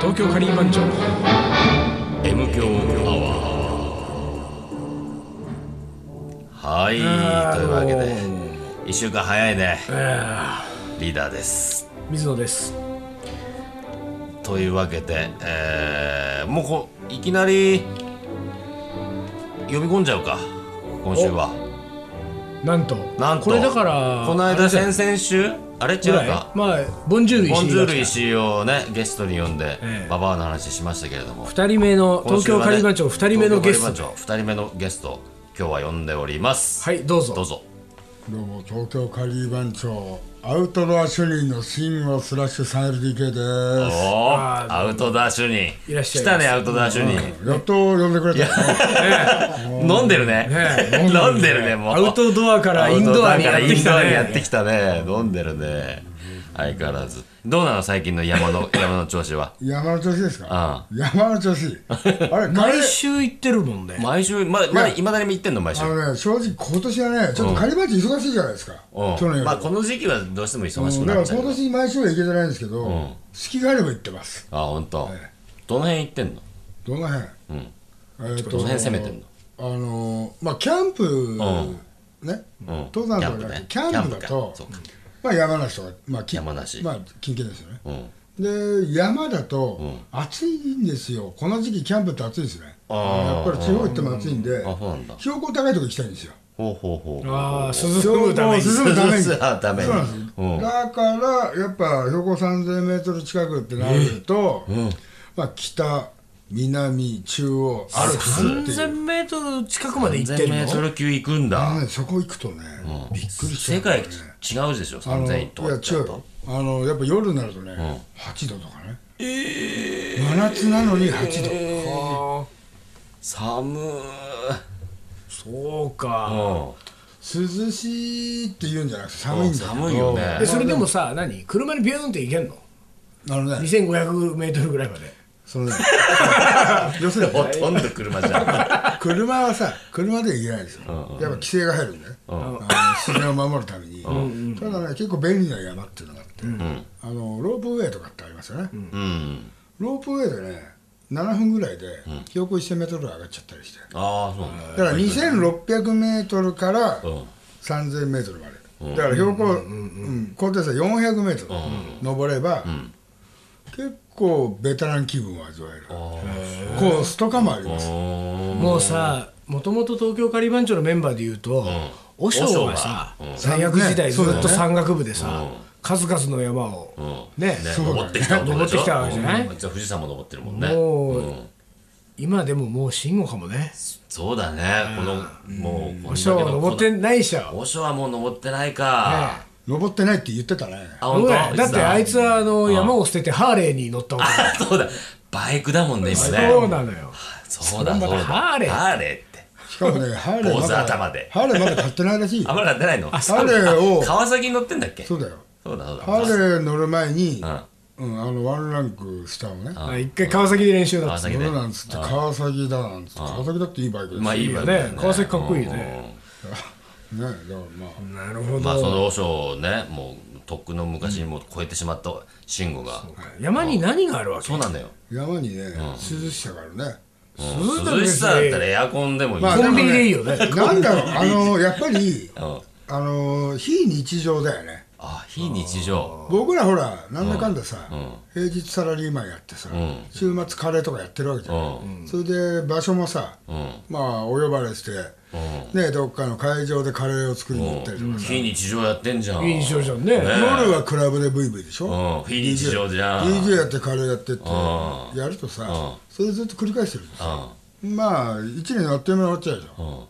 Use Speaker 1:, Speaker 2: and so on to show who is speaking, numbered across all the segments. Speaker 1: 東京カリー番長
Speaker 2: M 強アワーはいというわけで1週間早いねリーダーです
Speaker 1: 水野です
Speaker 2: というわけで、えーもうこいきなり呼び込んじゃうか今週は
Speaker 1: なんと
Speaker 2: なんと
Speaker 1: これだから
Speaker 2: この
Speaker 1: あれ
Speaker 2: 間
Speaker 1: じゃ
Speaker 2: 先々週あれ違
Speaker 1: ぐら
Speaker 2: う
Speaker 1: い
Speaker 2: か
Speaker 1: まあボンジュール石井
Speaker 2: ボンジュール
Speaker 1: が来
Speaker 2: 石井をねゲストに呼んで、
Speaker 1: ええ
Speaker 2: ババアの話しましたけれども
Speaker 1: た二人目の
Speaker 2: 今
Speaker 1: 東
Speaker 2: 週は
Speaker 1: 京
Speaker 2: ね
Speaker 1: カリー番長二人目のゲスト
Speaker 2: 東京カリー番長二人目のゲスト今日は呼んでおります
Speaker 1: はいどうぞ
Speaker 2: どうぞ
Speaker 3: どうも東京カリー番長アウトドア主任の慎吾スラッシュ 3LDK で
Speaker 2: お
Speaker 1: あ
Speaker 2: ー
Speaker 1: ー
Speaker 2: アウトダッシュに
Speaker 1: いらっしゃい
Speaker 2: 来
Speaker 1: ませ
Speaker 2: たねアウトダッシュに
Speaker 3: すやっと呼んでくれたね
Speaker 2: 飲んでるね
Speaker 1: ね
Speaker 2: 飲んでるねもう
Speaker 1: アウトドアから
Speaker 2: ア
Speaker 1: イ
Speaker 2: ウ
Speaker 1: ン
Speaker 2: ト
Speaker 1: ド
Speaker 2: ド
Speaker 1: ア
Speaker 2: ア
Speaker 1: に
Speaker 2: か
Speaker 1: や
Speaker 2: ら
Speaker 1: っ
Speaker 2: イ
Speaker 1: てき
Speaker 2: ン
Speaker 1: た
Speaker 2: ドアにやっ
Speaker 1: ね
Speaker 2: てきたね飲んでるね相変わらずどうなの最近の山 の山の調子は
Speaker 3: 山の調子ですか
Speaker 2: あ
Speaker 3: 山の調子あ れカレー
Speaker 1: 毎週行ってるもんね
Speaker 2: あ毎週まだまだ
Speaker 3: いや
Speaker 2: いまだに行ってんの毎週
Speaker 3: あのね正直今年はねちょっとカリー番長忙しいじゃないですか
Speaker 2: うん
Speaker 3: 去年より
Speaker 2: まあこの時期はどうしても忙し
Speaker 3: うん
Speaker 2: く
Speaker 3: だか
Speaker 2: な
Speaker 3: ら
Speaker 2: っちゃ
Speaker 3: 今
Speaker 2: うから
Speaker 3: 年毎週は行けてないんですけど、
Speaker 2: ん
Speaker 3: 隙があれば行ってます
Speaker 2: あ本当どの辺行ってんの
Speaker 3: どの辺、
Speaker 2: ん
Speaker 3: えっと
Speaker 2: どの辺攻めてんの
Speaker 3: あのまあキャンプ、ね、
Speaker 2: うん
Speaker 3: 登山とかじゃなくてキャンプだと
Speaker 2: キャンプか
Speaker 3: まあ山梨とか、まあ、き
Speaker 2: 山梨
Speaker 3: まあ近県ですよね
Speaker 2: そうかうん
Speaker 3: で山だと
Speaker 2: ん
Speaker 3: 暑いんですよ、この時期キャンプって暑いですね
Speaker 2: あ
Speaker 3: や
Speaker 2: ー
Speaker 3: っぱり地方行っても暑いんで、
Speaker 2: あそうなんだ
Speaker 3: 標高高いとこ行きたいんですよ
Speaker 2: ほうほうほう
Speaker 1: ああ
Speaker 3: 標
Speaker 1: 涼
Speaker 3: 高
Speaker 1: むために
Speaker 3: 進むために
Speaker 2: 進むために
Speaker 3: そうなんです、
Speaker 2: うん
Speaker 3: だからやっぱ標高3000メートル近くってなると、まあ、北南中央アルプスっていう
Speaker 1: 3000メートル近くまで行って
Speaker 2: 3000
Speaker 1: る
Speaker 2: メ
Speaker 1: の
Speaker 2: ートル級行くん
Speaker 3: あの
Speaker 2: だ
Speaker 3: ねそこ行くとね、びっくりしちゃ
Speaker 2: 世
Speaker 3: うから
Speaker 2: 界
Speaker 3: ね、
Speaker 2: 違うでしょ
Speaker 3: あのいや
Speaker 2: 3000
Speaker 3: 違
Speaker 2: とかっちゃう
Speaker 3: う
Speaker 2: と
Speaker 3: あのやっぱ夜になるとね、8度とかね、真夏なのに8度、
Speaker 1: あー
Speaker 2: 寒ー
Speaker 1: そう
Speaker 2: う
Speaker 1: か
Speaker 2: ん
Speaker 3: 涼しいって言うんじゃなくて寒いんだけど
Speaker 2: 寒いよね
Speaker 1: えそれでもさ何車にビューンって行けんの
Speaker 3: あのね
Speaker 1: 2500メートルぐらいまで
Speaker 3: そのね 要するに
Speaker 2: ほとんど車 じゃん
Speaker 3: 車はさ車で行けないですよ、やっぱ規制が入るんだよ、あの自然を守るために、ただね結構便利な山っていうのがあって、あのロープウェイとかってありますよね、
Speaker 2: うん
Speaker 3: ロープウェイでね7分ぐらいで標高1000メートル上がっちゃったりして、
Speaker 2: ああそうなんだ
Speaker 3: だから2600メートルから
Speaker 2: うん
Speaker 3: 3000メートルまで。だから標高、うん高低差400メートル登れば、結構ベテラン気分を味わえる。コースとかもあります。
Speaker 1: もうさもともと東京カリバンチョのメンバーでいうと、和尚がさ
Speaker 2: 和尚がう
Speaker 1: 大
Speaker 2: ん
Speaker 1: 学時代ず
Speaker 3: そうだ
Speaker 1: っ
Speaker 3: よ
Speaker 1: と
Speaker 3: ね
Speaker 1: 山岳部でさ、数々の山を、
Speaker 2: うん
Speaker 1: ね
Speaker 2: ね
Speaker 3: うだね
Speaker 2: 登ってきた男でし
Speaker 1: 登って
Speaker 2: ょ
Speaker 1: きたわけじゃない
Speaker 2: うんじゃあ富士山も登ってるもんね
Speaker 1: もう
Speaker 2: うん
Speaker 1: 今でももう慎吾かもね
Speaker 2: そうだねこのもう
Speaker 1: 和尚は登って
Speaker 2: ん
Speaker 1: ないっしょ
Speaker 2: 和尚はもう登ってないか
Speaker 3: 登ってないって言ってたね。
Speaker 2: あ
Speaker 1: ほ
Speaker 2: 本当
Speaker 1: らだってあいつはあの山を捨ててハーレーに乗ったわ
Speaker 2: あそうだバイクだもんね今
Speaker 1: け
Speaker 2: ね
Speaker 1: そうなのよ
Speaker 2: そうだ
Speaker 1: それま
Speaker 2: そう
Speaker 1: た
Speaker 2: だ
Speaker 1: ハーレー
Speaker 2: ハーレーって
Speaker 3: しかもね、ハーレーま
Speaker 2: 坊主
Speaker 3: だ、
Speaker 2: 頭で
Speaker 3: ハーレーまだ買ってないらしいよ
Speaker 2: あん。まり買ってないの
Speaker 3: ハーレーを、
Speaker 2: 川崎に乗ってんだっけ
Speaker 3: そうだよ。
Speaker 2: そうだそうだ
Speaker 3: ハーレー乗る前に、
Speaker 2: うん
Speaker 3: うん、あの、ワンランク下をね、
Speaker 2: あ
Speaker 1: あ一回川崎で練習だっ
Speaker 2: 川
Speaker 1: た
Speaker 2: 崎
Speaker 3: ど
Speaker 2: で
Speaker 3: うなんつって、川崎だなんつって、川崎だっていいバイクですよ
Speaker 2: まあいいわ
Speaker 1: いいよね川崎かっこいいね
Speaker 3: ね、だからまあ、
Speaker 1: なるほど、
Speaker 2: まあその和尚をねもうとっくの昔にもう超えてしまった慎吾が
Speaker 1: 山に何があるわけ
Speaker 2: そうなんだよ
Speaker 3: 山にね、涼しさがあるね。
Speaker 1: 涼
Speaker 2: 涼
Speaker 1: し
Speaker 2: し
Speaker 1: さだ
Speaker 2: さだ
Speaker 1: っ
Speaker 2: っ
Speaker 1: ら別に
Speaker 2: たたらエアコンでもいい
Speaker 3: まあ
Speaker 1: コンビニでいいよね
Speaker 3: なんだろう、あのやっぱり、
Speaker 2: うん
Speaker 3: あの非日常だよね。
Speaker 2: あ非日常
Speaker 3: 僕らほら、なんだかんださ、
Speaker 2: ん
Speaker 3: 平日サラリーマンやってさ、
Speaker 2: ん
Speaker 3: 週末カレーとかやってるわけじゃない、それで場所もさ、
Speaker 2: うん
Speaker 3: まあ、お呼ばれして、ね、どっかの会場でカレーを作りに行ったりとかさ、
Speaker 2: 非日常やってんじゃん
Speaker 1: いい印象じゃんね
Speaker 3: 夜はクラブでブイブイでしょ、
Speaker 2: うん非日常じゃん
Speaker 3: DJ やってカレーやってって
Speaker 2: う
Speaker 3: やるとさ、
Speaker 2: うん
Speaker 3: それずっと繰り返してるとさ、
Speaker 2: うん
Speaker 3: まあ、1年あっという間に終わっちゃうじゃん。
Speaker 2: うん
Speaker 3: っ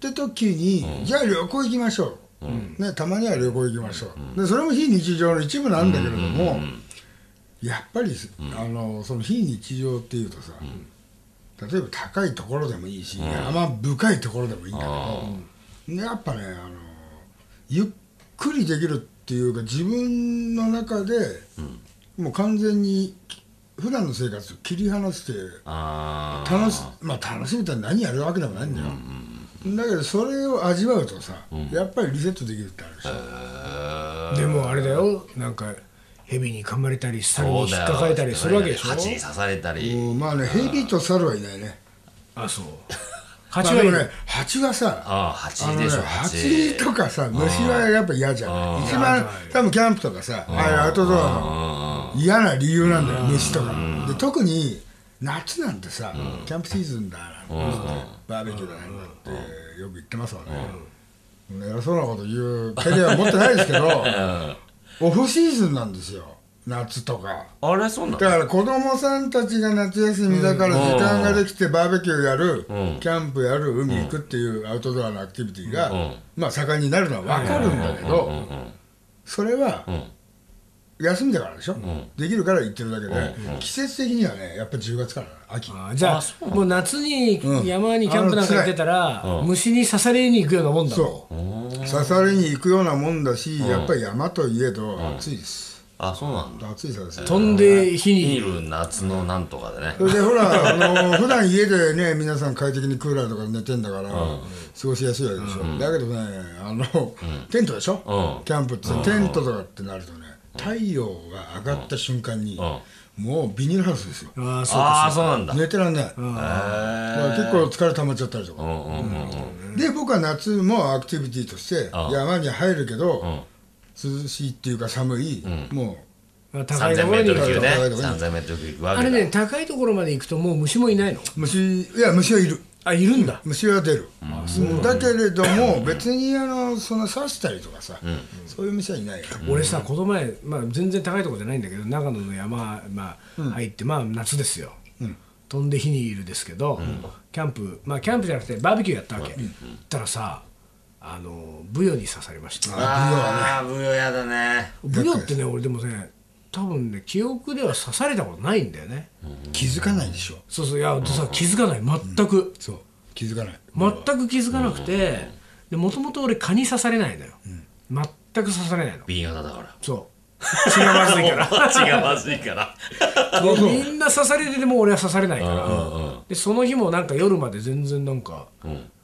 Speaker 3: て時に、じゃあ旅行行きましょう、ね、たまには旅行行きましょう、でそれも非日常の一部なんだけれども、やっぱり、あのその非日常っていうとさ、例えば高いところでもいいし、山深いところでもいいんだけど、やっぱねあのゆっくりできるっていうか自分の中で、もう完全に普段の生活を切り離して
Speaker 2: あー
Speaker 3: 楽しまあ楽しみたいに何やるわけでもないんだよ、だけどそれを味わうとさ、やっぱりリセットできるってあるでし
Speaker 1: で
Speaker 3: ょ、
Speaker 1: もあれだよなんか蛇に噛まれたり猿
Speaker 2: そ
Speaker 1: に
Speaker 2: う
Speaker 1: 引
Speaker 2: だ
Speaker 1: っ
Speaker 2: よ
Speaker 1: かかれたりするわけでしょ
Speaker 2: 蜂に刺されたり
Speaker 3: うんまあねヘビと猿はいないね
Speaker 1: あそう
Speaker 3: ま
Speaker 1: 蜂
Speaker 3: あ
Speaker 1: は
Speaker 3: で
Speaker 1: い
Speaker 3: も
Speaker 1: る
Speaker 3: ね蜂はさ
Speaker 2: ああ蜂
Speaker 3: あのね
Speaker 2: でしょ
Speaker 3: 蜂とかさ虫はやっぱ嫌じゃない一番多分キャンプとかさああいうアウトドアの嫌な理由なんだよ、虫とか。で特に夏なんてさ、キャンプシーズンだなんて言ってバーベキューだなんだってよく言ってますわね。偉そうなこと言うペレは持ってないですけど、 オフシーズンなんですよ、夏とか。
Speaker 2: あれそうな
Speaker 3: だ
Speaker 2: の
Speaker 3: から子供さんたちが夏休みだから時間ができてバーベキューやる、キャンプやる、海行くっていうアウトドアのアクティビティが、
Speaker 2: うん
Speaker 3: まあ盛んになるのは分かるんだけど、それは、休みだからでしょ、できるから行ってるだけで、季節的にはねやっぱ10月から秋
Speaker 1: あじゃ
Speaker 2: あ
Speaker 1: あ
Speaker 2: そう
Speaker 1: もう夏に
Speaker 3: うん
Speaker 1: 山にキャンプなんか行ってたら、虫に刺されに行くようなもんだも
Speaker 3: そう刺されに行くようなもんだし、やっぱり山といえど暑いです、
Speaker 2: あそうなんだ
Speaker 3: 暑いさです
Speaker 1: ん
Speaker 3: よ
Speaker 1: 飛んで火
Speaker 2: い
Speaker 1: に
Speaker 2: る夏のなんとかでね
Speaker 3: それでほら、あの 普段家でね、皆さん快適にクーラーとかで寝てんだから、過ごしやすいわけでしょ、だけどね、あのテントでしょ、
Speaker 2: うん
Speaker 3: キャンプってさ、テントとかってなるとね、太陽が上がった瞬間に、もうビニールハウスですよ、
Speaker 1: ああそう
Speaker 2: ああ
Speaker 1: か
Speaker 2: そうなんだへ
Speaker 3: 寝てらんない、だか
Speaker 2: え
Speaker 3: ら結構疲れ溜まっちゃったりとか、
Speaker 2: うんうんうん
Speaker 3: で僕は夏もアクティビティとして、山に入るけど、涼しいっていうか、寒い、も
Speaker 1: そうか高いと
Speaker 2: 3000
Speaker 1: こ
Speaker 2: メ
Speaker 1: ろ
Speaker 2: ー
Speaker 1: に
Speaker 2: ト
Speaker 1: 行く
Speaker 2: ル級ね
Speaker 3: 高いところに
Speaker 2: 3000メートル級行くわ
Speaker 1: あ
Speaker 2: け
Speaker 1: れ
Speaker 2: だ
Speaker 1: ね高いところまで行くともう虫もいないの
Speaker 3: う、虫、いや、虫はいる。
Speaker 1: あいるんだ
Speaker 3: 虫は出る、だけれども別にあのその刺したりとかさ、そういう虫はいないよ、
Speaker 1: 俺さこの前、まあ、全然高いとこじゃないんだけど長野の山、まあ、入って、まあ夏ですよ、飛んで火にいるですけど、キャンプまあキャンプじゃなくてバーベキューやったわけ、ったらさあのブヨに刺されました
Speaker 2: ああブヨやだね
Speaker 1: ブヨってね俺でもね多分ね記憶では刺されたことないんだよね、
Speaker 3: 気づかないでしょ
Speaker 1: そうそういやさ気づかない全く、
Speaker 3: そう気づかない
Speaker 1: 全く気づかなくてでもともと俺蚊に刺されないのよ、全く刺されないの
Speaker 2: ビヨだから
Speaker 1: そう血がまずいから
Speaker 2: 血がまずいから
Speaker 1: でみんな刺されてても俺は刺されないか
Speaker 2: うんう
Speaker 1: らでその日もなんか夜まで全然なんか、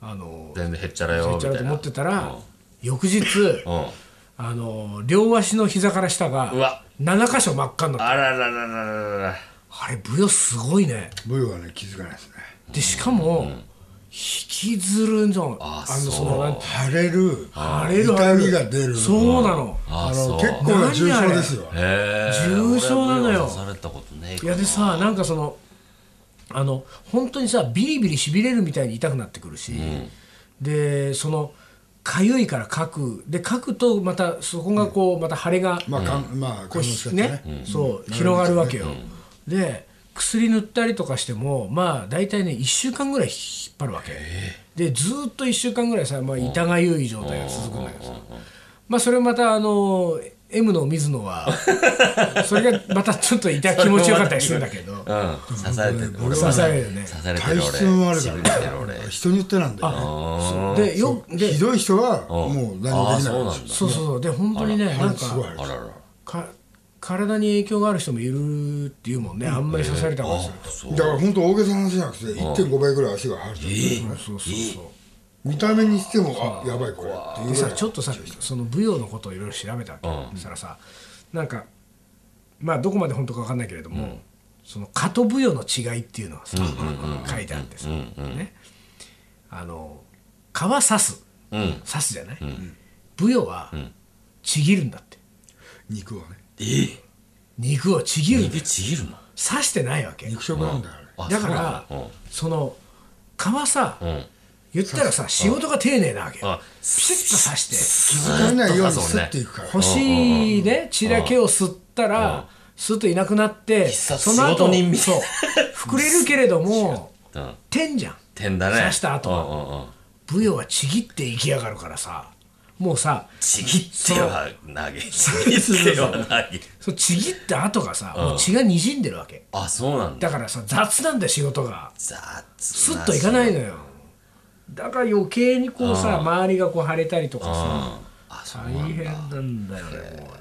Speaker 1: あの
Speaker 2: 全然へっちゃらよ
Speaker 1: め
Speaker 2: み
Speaker 1: っち
Speaker 2: た
Speaker 1: ゃ
Speaker 2: い
Speaker 1: ら
Speaker 2: な
Speaker 1: と思ってたら、翌日、
Speaker 2: うんうん
Speaker 1: あの両足の膝から下
Speaker 2: う
Speaker 1: が
Speaker 2: わ
Speaker 1: 7箇所真っ赤になったあ
Speaker 2: あららららららら
Speaker 1: れブヨすごいね
Speaker 3: ブヨはね気づかないですね
Speaker 1: でしかも、引きずるの
Speaker 2: あ
Speaker 1: の
Speaker 2: そう
Speaker 1: のなんて
Speaker 3: 腫れる
Speaker 1: 腫れる腫れる
Speaker 3: 痛みが出る
Speaker 1: そうなの
Speaker 2: あ
Speaker 3: あ
Speaker 2: そう
Speaker 3: の結構な重症ですよ
Speaker 2: へえ
Speaker 1: 重症なのよ
Speaker 2: 俺はブヨ刺されたことねえ
Speaker 1: いやでさなんかそのあの本当にさビリビリしびれるみたいに痛くなってくるし、でそのかゆいから書くで書くとまたそこがこう、また腫れが
Speaker 3: まあかんまあ
Speaker 1: こう
Speaker 3: この
Speaker 1: ひ
Speaker 3: 人
Speaker 1: ね
Speaker 3: ね
Speaker 1: そう広がるわけよ、で薬塗ったりとかしてもまあ大体ね1週間ぐらい引っ張るわけでずーっと1週間ぐらいさ、まあ、痛がゆい状態が続くんだけどさまあそれまたあの M の水野はそれがまたちょっと痛気持ちよかったりするんだけど
Speaker 2: うん刺されてる俺もね
Speaker 1: 刺されるよね
Speaker 2: 刺されて
Speaker 3: 体
Speaker 2: る俺
Speaker 3: 質もあるか
Speaker 2: 痺れてる
Speaker 3: ら
Speaker 2: 俺
Speaker 3: ね人によってなんだよね
Speaker 1: そうでよで
Speaker 3: ひどい人はもう何もでき
Speaker 2: あーそうなん
Speaker 3: な
Speaker 2: だ
Speaker 3: いでし
Speaker 1: そうそうそうで本当にね
Speaker 3: ょ
Speaker 1: なん
Speaker 3: すごい
Speaker 1: か
Speaker 3: ある
Speaker 2: あらら
Speaker 1: か体に影響がある人もいるっていうもんねあんまり刺されたことすると
Speaker 2: あそう
Speaker 3: だから本当大げさな話じゃなくて1.5倍ぐらい足が腫れてる
Speaker 1: そうそうそう
Speaker 3: 見た目にしてもあやばいこれってい
Speaker 1: で
Speaker 3: うぐ
Speaker 1: さ
Speaker 3: らい
Speaker 1: ちょっとさその舞踊のことをいろいろ調べたわけ、そしたらさなんかまあどこまで本当か分かんないけれども、その蚊と舞踊の違いっていうのがさ、書いてあってさ、ねあの蚊は刺す
Speaker 2: うん
Speaker 1: 刺すじゃない、舞踊はちぎるんだって
Speaker 3: 肉はね
Speaker 2: え
Speaker 1: 肉をちぎるんだ
Speaker 2: 指ちぎるの
Speaker 1: 刺してないわけ
Speaker 3: 肉食なんだよあれ
Speaker 2: あ
Speaker 1: だから
Speaker 2: そうなの
Speaker 1: その蚊はさ、
Speaker 2: うんうん
Speaker 1: 言ったらさ仕事が丁寧なわけよ
Speaker 2: あ
Speaker 1: ピシッと刺して
Speaker 2: 気
Speaker 3: 気づかれないように吸っていくから、
Speaker 1: 星ね血だけを吸ったらスッといなくなって
Speaker 2: 殺
Speaker 1: その
Speaker 2: 仕事
Speaker 1: 後
Speaker 2: 人みたい
Speaker 1: そう膨れるけれど も
Speaker 2: うん
Speaker 1: 点じゃん
Speaker 2: 点だね
Speaker 1: 刺した後は
Speaker 2: うんうんうん
Speaker 1: ブヨはちぎっていきやがるからさもうさ
Speaker 2: ちぎっては投 げちぎっては投げ
Speaker 1: そのちぎった後がさもう血がにじんでるわけ
Speaker 2: あそうなんだ
Speaker 1: だからさ雑なんだよ仕事が
Speaker 2: 雑な
Speaker 1: スッといかないのよだから余計にこうさ周りがこう腫れたりとかさ
Speaker 2: あそう
Speaker 1: 大変なんだよねもうね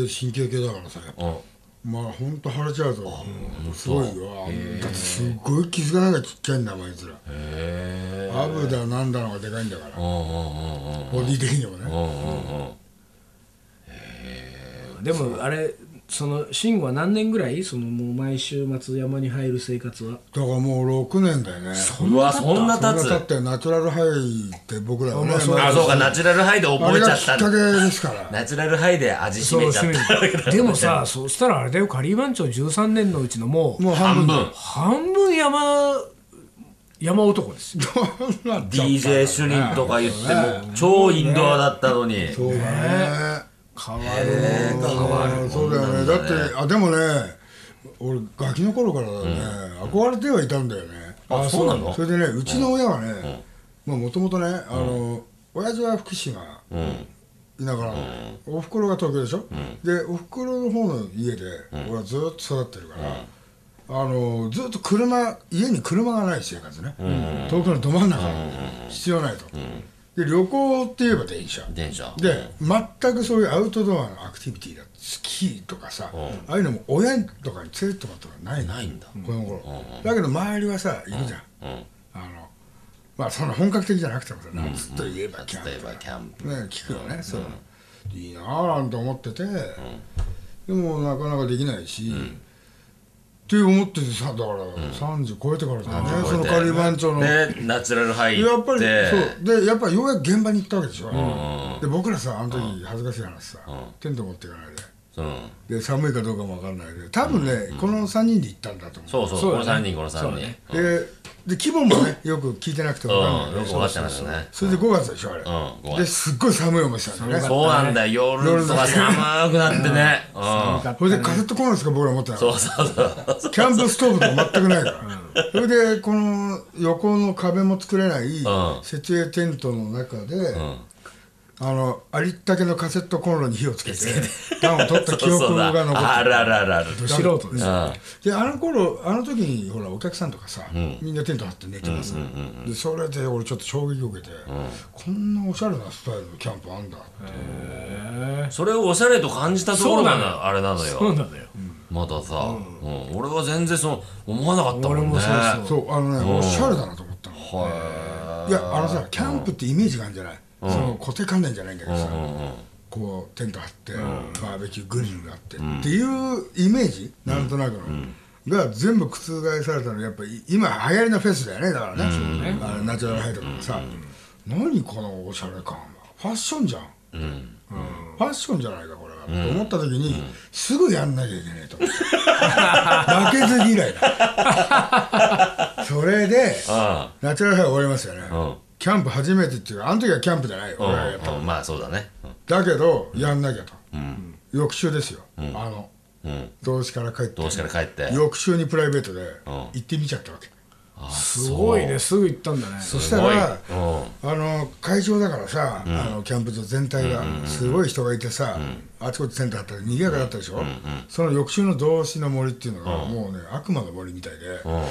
Speaker 3: で神経系だからさやっぱ
Speaker 2: うん
Speaker 3: まあほんと腫れちゃうとすごいよあんだってすごい気づかないがちっちゃいんだもんあいつら
Speaker 2: へえ
Speaker 3: アブだなんだのがでかいんだか
Speaker 2: う
Speaker 3: ら
Speaker 2: んうんうんうん
Speaker 3: ボディ的にもね
Speaker 2: うんうんうん
Speaker 1: でもあれその慎吾は何年ぐらいそのもう毎週末山に入る生活は
Speaker 3: だからもう6年だよねそ
Speaker 2: うんうわそんな
Speaker 3: れ
Speaker 2: 経
Speaker 3: が
Speaker 2: つ
Speaker 3: 経ってナチュラルハイって僕らはね
Speaker 1: あまあそう
Speaker 2: あそうかナチュラルハイで
Speaker 3: あ
Speaker 2: 覚
Speaker 3: れ
Speaker 2: えち
Speaker 3: が
Speaker 2: ゃっ
Speaker 3: きったかけですから
Speaker 2: ナチュラルハイで味しめちゃった
Speaker 1: そうでもさそうしたらあれだよカリー番長13年のうちのもう
Speaker 3: もう
Speaker 2: 半
Speaker 3: 半 分
Speaker 2: 分
Speaker 1: 半分山山男ですよ
Speaker 2: DJ 主任とか言っても超インドアだったのに
Speaker 3: そうだね
Speaker 1: 変わ
Speaker 2: え
Speaker 1: る
Speaker 2: ー変わる
Speaker 3: そうだよねだってあでもね俺ガキの頃からだね、憧れてはいたんだよね
Speaker 2: あそうなの
Speaker 3: それでねうちの親はねもともとねあの、親父は福島
Speaker 2: うん
Speaker 3: いながら、おふくろが東京でしょ、でおふくろの方の家で、俺はずっと育ってるから、あのずっと車家に車がない生活ね、東京のど真ん中、必要ないと、で旅行って言えば電車
Speaker 2: 電車
Speaker 3: で全くそういうアウトドアのアクティビティだスキーとかさ、ああいうのも親とかに連れてってもらったことがないの
Speaker 2: ないんだ
Speaker 3: この頃、だけど周りはさいるじゃん、あのまあそんな本格的じゃなくてもさ夏といえばキャンプ
Speaker 2: 例えばキャンプ
Speaker 3: ね聞くよね、そういいなあなんて思ってて、でもなかなかできないし、って思っててさだから30超えてからだよね、そのカリバン長の、
Speaker 2: でナチュラルハイ
Speaker 3: や
Speaker 2: 行
Speaker 3: っぱ
Speaker 2: っ
Speaker 3: り
Speaker 2: て
Speaker 3: そうでやっぱようやく現場に行ったわけでしょ、で僕らさあの時恥ずかしい話さ、テント持っていかない
Speaker 2: うん
Speaker 3: でで寒いかどうかも分かんないで多分ね、この3人で行ったんだと思う
Speaker 2: そうそう
Speaker 1: そう
Speaker 2: こ
Speaker 1: だ
Speaker 2: の
Speaker 1: ね
Speaker 2: 3人この3
Speaker 1: そうだ
Speaker 2: 人
Speaker 1: ね
Speaker 3: でで規模もねよく聞いてなくて分かんない、
Speaker 2: うんよく分かってなかったね
Speaker 3: そうそうそれで5月でしょあれ、
Speaker 2: うん5月
Speaker 3: ですっごい寒い思いしたんだよね
Speaker 2: そうなんだよ夜とか寒くなってねうん
Speaker 3: それでカセットコーナーしか僕ら持ってなか
Speaker 2: そ
Speaker 3: っ
Speaker 2: うそうそう
Speaker 3: たキャンプストーブとか全くないから、それでこの横の壁も作れない
Speaker 2: ん
Speaker 3: 設営テントの中で、あのありったけのカセットコンロに火をつけて暖を取った記
Speaker 2: そ
Speaker 3: 憶
Speaker 2: う
Speaker 3: が
Speaker 2: だ
Speaker 3: 残って
Speaker 2: あ
Speaker 3: る
Speaker 2: らららら
Speaker 1: ど素人ですよ
Speaker 3: であの頃あの時にほらお客さんとかさ、みんなテント張って寝てます、でそれで俺ちょっと衝撃を受けて、こんなおしゃれなスタイルのキャンプあんだって
Speaker 2: それをおしゃれと感じたところ
Speaker 1: そうなの
Speaker 2: があれなの
Speaker 1: そう
Speaker 2: よ
Speaker 1: なのよ
Speaker 2: またさうん俺は全然その思わなかったもんね
Speaker 1: 俺もそうそう
Speaker 3: そうあのね、おしゃれだなと思ったのいやあのさキャンプってイメージがあるんじゃない、その固定観念じゃないんだけどさ、こうテント張って、バーベキューグリルがあって、っていうイメージなんとなくの、が全部覆されたのやっぱり今流行りのフェスだよねだからね,、あのナチュラルハイとかもさ、何このおしゃれ感はファッションじゃん、ファッションじゃないかこれは、と思った時に、すぐやんなきゃいけ ないと思って負けず嫌いだそれで
Speaker 2: あ
Speaker 3: ナチュラルハイ終わりますよね、
Speaker 2: ん
Speaker 3: キャンプ初めてっていうかあの時はキャンプじゃないよ、
Speaker 2: あ
Speaker 3: 俺がやった
Speaker 2: うんうんまあそうだね
Speaker 3: だけどやんなきゃと、翌週ですよ、あの
Speaker 2: うん
Speaker 3: 同志から帰って
Speaker 2: 同志から帰って
Speaker 3: 翌週にプライベートで行ってみちゃったわけ、
Speaker 1: すごいねすぐ行ったんだね
Speaker 3: そしたら
Speaker 2: すごいうん
Speaker 3: あの会場だからさ、あのキャンプ場全体がすごい人がいてさ、あちこちセンターあったり賑やかだったでしょ、その翌週の同志の森っていうのが、もうね悪魔の森みたいで、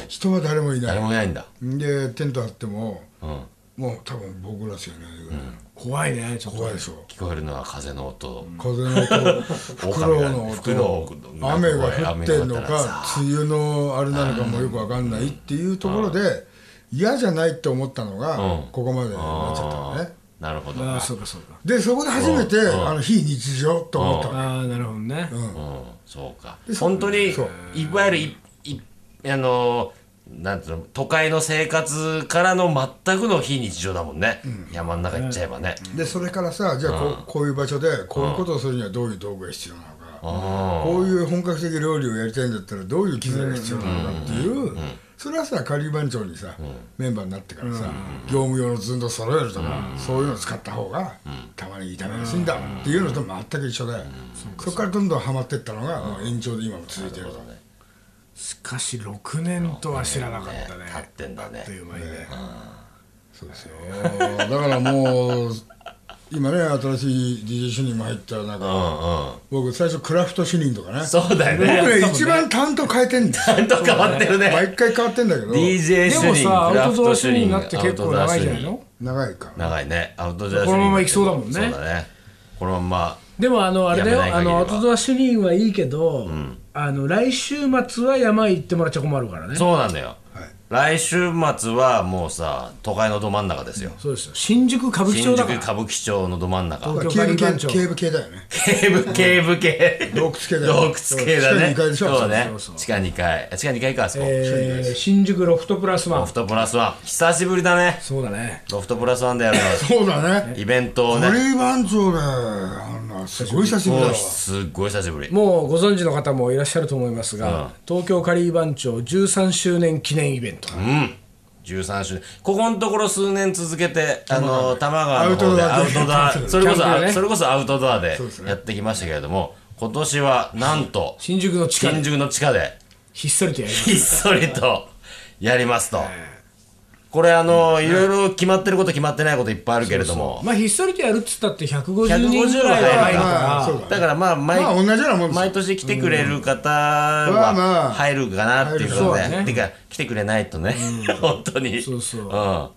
Speaker 3: 人は誰もいない
Speaker 2: 誰もいないんだ
Speaker 3: でテント張っても
Speaker 2: うん
Speaker 3: もう多分僕らしかいないぐらいの
Speaker 1: 怖いねちょっと
Speaker 3: 怖いでしょ
Speaker 2: 聞こえるのは風の音
Speaker 3: 風の音、フクロウの
Speaker 2: フクロウの
Speaker 3: 音、雨が降ってんの
Speaker 2: 雨が降ったら
Speaker 3: か、梅雨のあれなのかもよくわかんないっていうところで、嫌じゃないって思ったのが、
Speaker 2: うん
Speaker 3: ここまでなっちゃったのね。
Speaker 2: なるほど
Speaker 1: あ
Speaker 2: う
Speaker 1: あそうかそうか
Speaker 3: で、そこで初めて、あの非日常と思ったの。
Speaker 1: ああなるほどね
Speaker 2: んそうか本当にいわゆるいいあのなんていうの都会の生活からの全くの非日常だもんね山の中行っちゃえばね
Speaker 3: で、それからさ、じゃあこうこういう場所で、こういうことをするにはどういう道具が必要なのか、
Speaker 2: あ
Speaker 3: こういう本格的料理をやりたいんだったら、どういう機材が必要なのかっていう、それはさ、仮番長にさ、メンバーになってからさ、業務用の寸胴揃えるとか、そういうの使った方が、たまに炒めやすいんだっていうのと全く一緒で、そこからどんどんはまってったのが、まあ延長で今も続いてると。
Speaker 1: しかし6年とは知らなかったね
Speaker 2: あ立ってんだ
Speaker 1: あっとい
Speaker 2: ね
Speaker 1: う間にね
Speaker 3: そうですよ。だからもう、今ね、新しい DJ 主任も入った
Speaker 2: うんう
Speaker 3: 中、
Speaker 2: ん
Speaker 3: 僕、最初、クラフト主任とかね。
Speaker 2: そうだよ
Speaker 3: 僕
Speaker 2: ね
Speaker 3: ね一番担当変えてんですよ
Speaker 2: ちょっと変わってるね
Speaker 3: 毎回変わってんだけど
Speaker 2: DJ
Speaker 1: で
Speaker 2: 主
Speaker 1: も
Speaker 2: 任
Speaker 1: さア
Speaker 2: クラ
Speaker 1: ウト
Speaker 2: フ
Speaker 1: ド
Speaker 2: ト
Speaker 1: ア
Speaker 2: 主
Speaker 1: 主任に
Speaker 2: 任
Speaker 1: なって結構長いじゃないの
Speaker 3: 長いか
Speaker 2: 長いねアウトドア主任
Speaker 1: このまま行きそうだもんね
Speaker 2: そうだねこのまんま
Speaker 1: でもあのあれだ
Speaker 2: や
Speaker 1: よ
Speaker 2: めない
Speaker 1: あ
Speaker 2: 限り
Speaker 1: の
Speaker 2: は
Speaker 1: アウトドア主任はいいけどあの来週末は山行ってもらっちゃ困るからね
Speaker 2: そうなんだよ
Speaker 3: はい
Speaker 2: 来週末はもうさ都会のど真ん中ですよ
Speaker 1: そうですよ新宿歌舞伎町
Speaker 2: 新
Speaker 1: だ
Speaker 2: 宿
Speaker 1: から
Speaker 2: 歌舞伎町のど真ん中
Speaker 1: 東京
Speaker 3: 警
Speaker 1: 外
Speaker 3: 部系
Speaker 1: 環庁
Speaker 3: 警部系だよね
Speaker 2: 警部警部系
Speaker 3: 洞窟系だよ
Speaker 2: 洞窟系だ
Speaker 3: 地下
Speaker 2: ね
Speaker 3: 二階でしょ
Speaker 2: そうね
Speaker 1: そうそう
Speaker 2: 地下2階地下2階かあそこ
Speaker 1: えー新宿ロフトプラスワ
Speaker 2: ロ
Speaker 1: ン
Speaker 2: フトプラスワン久しぶりだね
Speaker 1: そうだね
Speaker 2: ロフトプラスワンでやる
Speaker 3: そうだ
Speaker 2: の
Speaker 3: ね
Speaker 2: イベントを
Speaker 3: カ
Speaker 2: ね
Speaker 3: リーマンチョねあんなすごい久しぶり
Speaker 2: も
Speaker 3: だわ
Speaker 2: うすっごい久しぶり
Speaker 1: もうご存知の方もいらっしゃると思いますが、東京カリー番長13周年記念イベント、
Speaker 2: うん13周年ここのところ数年続けてあの多摩川の方でア
Speaker 3: ア
Speaker 2: ウ
Speaker 3: ウ
Speaker 2: ト
Speaker 3: ト
Speaker 2: ド
Speaker 3: ド
Speaker 2: ア
Speaker 3: ア
Speaker 2: それこ
Speaker 1: キ
Speaker 2: そ
Speaker 1: ャンプでね
Speaker 2: あそれこそアウトドアで
Speaker 3: そうですね
Speaker 2: やってきましたけれども今年はなんと
Speaker 1: 新宿の地下
Speaker 2: 新
Speaker 1: で
Speaker 2: 宿の地下で
Speaker 1: ひっそりとやります
Speaker 2: ひっそりとやりますとこれあのいろいろ決まってること決まってないこといっぱいあるけれども
Speaker 1: まあひっそりとやるっつったって150人ぐらいは入る
Speaker 3: まあ
Speaker 1: か
Speaker 3: そ
Speaker 1: ら
Speaker 3: うだね
Speaker 2: だからまあ毎,、
Speaker 3: まあ同じようなもんですよ
Speaker 2: 毎年来てくれる方
Speaker 3: まあま
Speaker 2: は
Speaker 3: あ
Speaker 2: 入るかなっていうこと
Speaker 1: 入るそ
Speaker 2: で、
Speaker 1: うだね
Speaker 2: てか来てくれないとね、 本当に、
Speaker 1: そうそうん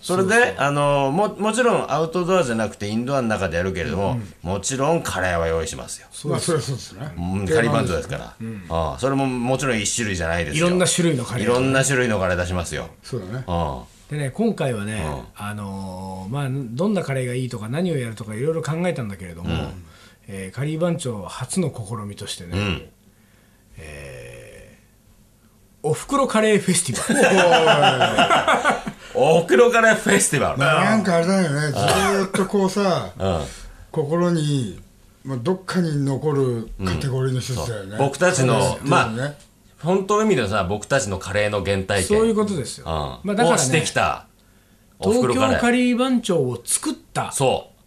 Speaker 2: それであのももちろんアウトドアじゃなくてインドアの中でやるけれども、もちろんカレーは用意しますよ、
Speaker 3: まあそりゃそうですね
Speaker 2: うん、カリバンドですから、うんそれももちろん一種類じゃないです
Speaker 1: い
Speaker 2: よ
Speaker 1: ろんな種類のカレ
Speaker 2: い
Speaker 1: ー
Speaker 2: ろんな種類のカレー出しますよ、
Speaker 3: そうだね
Speaker 2: うん、
Speaker 1: でね今回はね、あのーまあどんなカレーがいいとか何をやるとかいろいろ考えたんだけれども、えーカリー番長初の試みとしてね、
Speaker 2: ん
Speaker 1: えーおふくろカレーフェスティバル
Speaker 2: おふくろカレーフェスティバル、
Speaker 3: なんかあれだよねずーっとこうさ
Speaker 2: うん
Speaker 3: 心にまあどっかに残るカテゴリーの一つだよね
Speaker 2: そう僕たちの
Speaker 3: そうですね
Speaker 2: まあ本当の意味でのさ僕たちのカレーの原体験
Speaker 1: そういうことですよ、
Speaker 2: う
Speaker 1: ま
Speaker 2: ん
Speaker 1: あ、だか
Speaker 2: を
Speaker 1: ら
Speaker 2: して
Speaker 1: ね
Speaker 2: きたおふく
Speaker 1: 東
Speaker 2: ろカレ
Speaker 1: 京
Speaker 2: ー
Speaker 1: カリー番長を作ったそ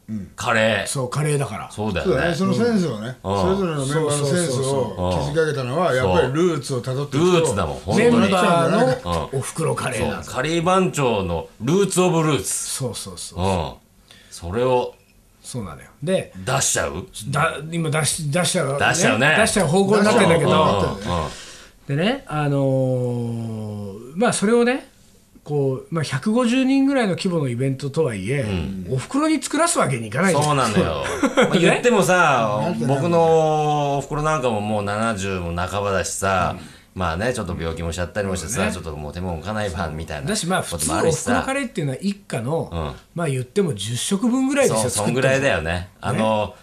Speaker 2: そう、カレー
Speaker 1: う
Speaker 2: そう
Speaker 1: カレーだから
Speaker 2: だ
Speaker 3: そうだ
Speaker 2: よ
Speaker 3: ね
Speaker 2: ね
Speaker 3: そのセンスをねそれぞれのメンバーのセンスを築き上げたのはやっぱりルーツをたどっていくと
Speaker 2: ルーツだもん本
Speaker 1: メ
Speaker 2: 当
Speaker 1: ン
Speaker 2: に
Speaker 1: バー
Speaker 2: うん
Speaker 1: のおふくろカレーなんです
Speaker 2: そうカリー番長のルーツオブルーツ
Speaker 1: そうそうそううん
Speaker 2: それを
Speaker 1: そうなのよで
Speaker 2: 出しちゃう
Speaker 1: だ今出し出しちゃう、
Speaker 2: 出しちゃうね
Speaker 1: 出しちゃう方向になってんだけ
Speaker 3: 出しちゃう
Speaker 1: ど
Speaker 3: 方向
Speaker 2: うんうん
Speaker 1: でねあのーまあそれをねこう、まあ、150人ぐらいの規模のイベントとはいえ、おふくろに作らすわけにいかないじゃん
Speaker 2: そうなんだよ、まあ言ってもさ僕のおふくろなんかももう70も半ばだしさ、まあねちょっと病気もしちゃったりもしてさ、ちょっともう手も置かないファンみたいな
Speaker 1: だしまあ普
Speaker 2: こと
Speaker 1: 通
Speaker 2: も
Speaker 1: お
Speaker 2: あ
Speaker 1: ふ
Speaker 2: るし
Speaker 1: くろ
Speaker 2: さ
Speaker 1: カレーっていうのは一家の、
Speaker 2: う
Speaker 1: まあ言っても10食分ぐらいです
Speaker 2: そ
Speaker 1: よ
Speaker 2: うそん
Speaker 1: 作
Speaker 2: ぐ
Speaker 1: った
Speaker 2: ら
Speaker 1: の
Speaker 2: いだよねあの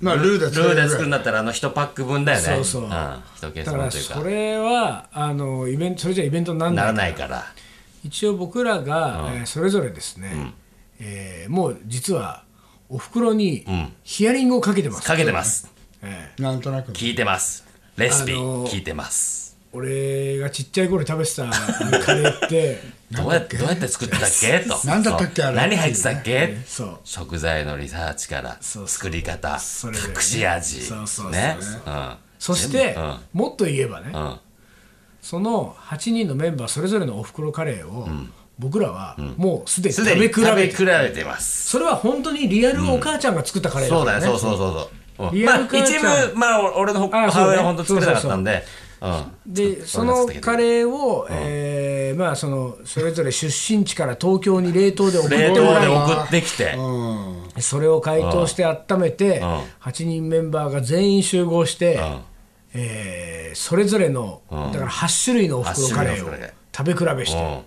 Speaker 3: まあルーで
Speaker 2: ルーで作るんだったらあの1パック分だよね、
Speaker 1: そうそうん
Speaker 2: 1ケース
Speaker 1: だか
Speaker 2: 分
Speaker 1: ら
Speaker 2: というか
Speaker 1: それはあのイベントそれじゃイベントになら
Speaker 2: な
Speaker 1: な
Speaker 2: ら
Speaker 1: い
Speaker 2: ないから
Speaker 1: 一応僕らが、えーそれぞれですね、えーもう実はおふくろにヒアリングをかけてます、
Speaker 2: かけてます
Speaker 1: えー
Speaker 3: なんとなく
Speaker 2: 聞いてますレシピ
Speaker 1: あのー
Speaker 2: 聞いてます
Speaker 1: 俺がちっちゃい頃食べてたカレーって
Speaker 2: どうやどうやって作ってたっけ と
Speaker 3: なんだったっけあれ
Speaker 2: 何入ってたっけ
Speaker 1: そう
Speaker 2: 食材のリサーチから
Speaker 1: そう
Speaker 2: 作り方
Speaker 1: それでね
Speaker 2: 隠し味
Speaker 1: そうそうそう
Speaker 2: ね
Speaker 1: そう
Speaker 2: うん
Speaker 1: そして、
Speaker 2: うん
Speaker 1: もっと言えばね、
Speaker 2: うん
Speaker 1: その8人のメンバーそれぞれのおふくろカレーを、僕らはもうすでに
Speaker 2: す
Speaker 1: 食
Speaker 2: で
Speaker 1: べ
Speaker 2: に
Speaker 1: 比べて
Speaker 2: 食べ比べてます
Speaker 1: それは本当にリアルお母ちゃんが作ったカレー
Speaker 2: そうだ
Speaker 1: から
Speaker 2: よそうそうそうそううん
Speaker 1: リ
Speaker 2: ま
Speaker 1: ア
Speaker 2: あ
Speaker 1: ル母ち
Speaker 2: 一
Speaker 1: ゃん
Speaker 2: 部まあお俺の
Speaker 1: あそう
Speaker 2: 母
Speaker 1: ね
Speaker 2: 親は本当作れなかったんでうん
Speaker 1: でそ
Speaker 2: 俺が
Speaker 1: の
Speaker 2: 作ったけど
Speaker 1: カレーを、えーまあ、そのそれぞれ出身地から東京に冷凍で送って
Speaker 2: 冷
Speaker 1: も
Speaker 2: 凍
Speaker 1: ら
Speaker 2: で
Speaker 1: う
Speaker 2: 送ってきて
Speaker 3: うん
Speaker 1: それを解凍して温めて、
Speaker 2: ん
Speaker 1: 8人メンバーが全員集合して、
Speaker 2: ん
Speaker 1: えーそれぞれの、だから8種類のおふくろカレー
Speaker 2: 8種類のおふくろカレ
Speaker 1: を食べ比べし
Speaker 2: う
Speaker 1: て
Speaker 2: ん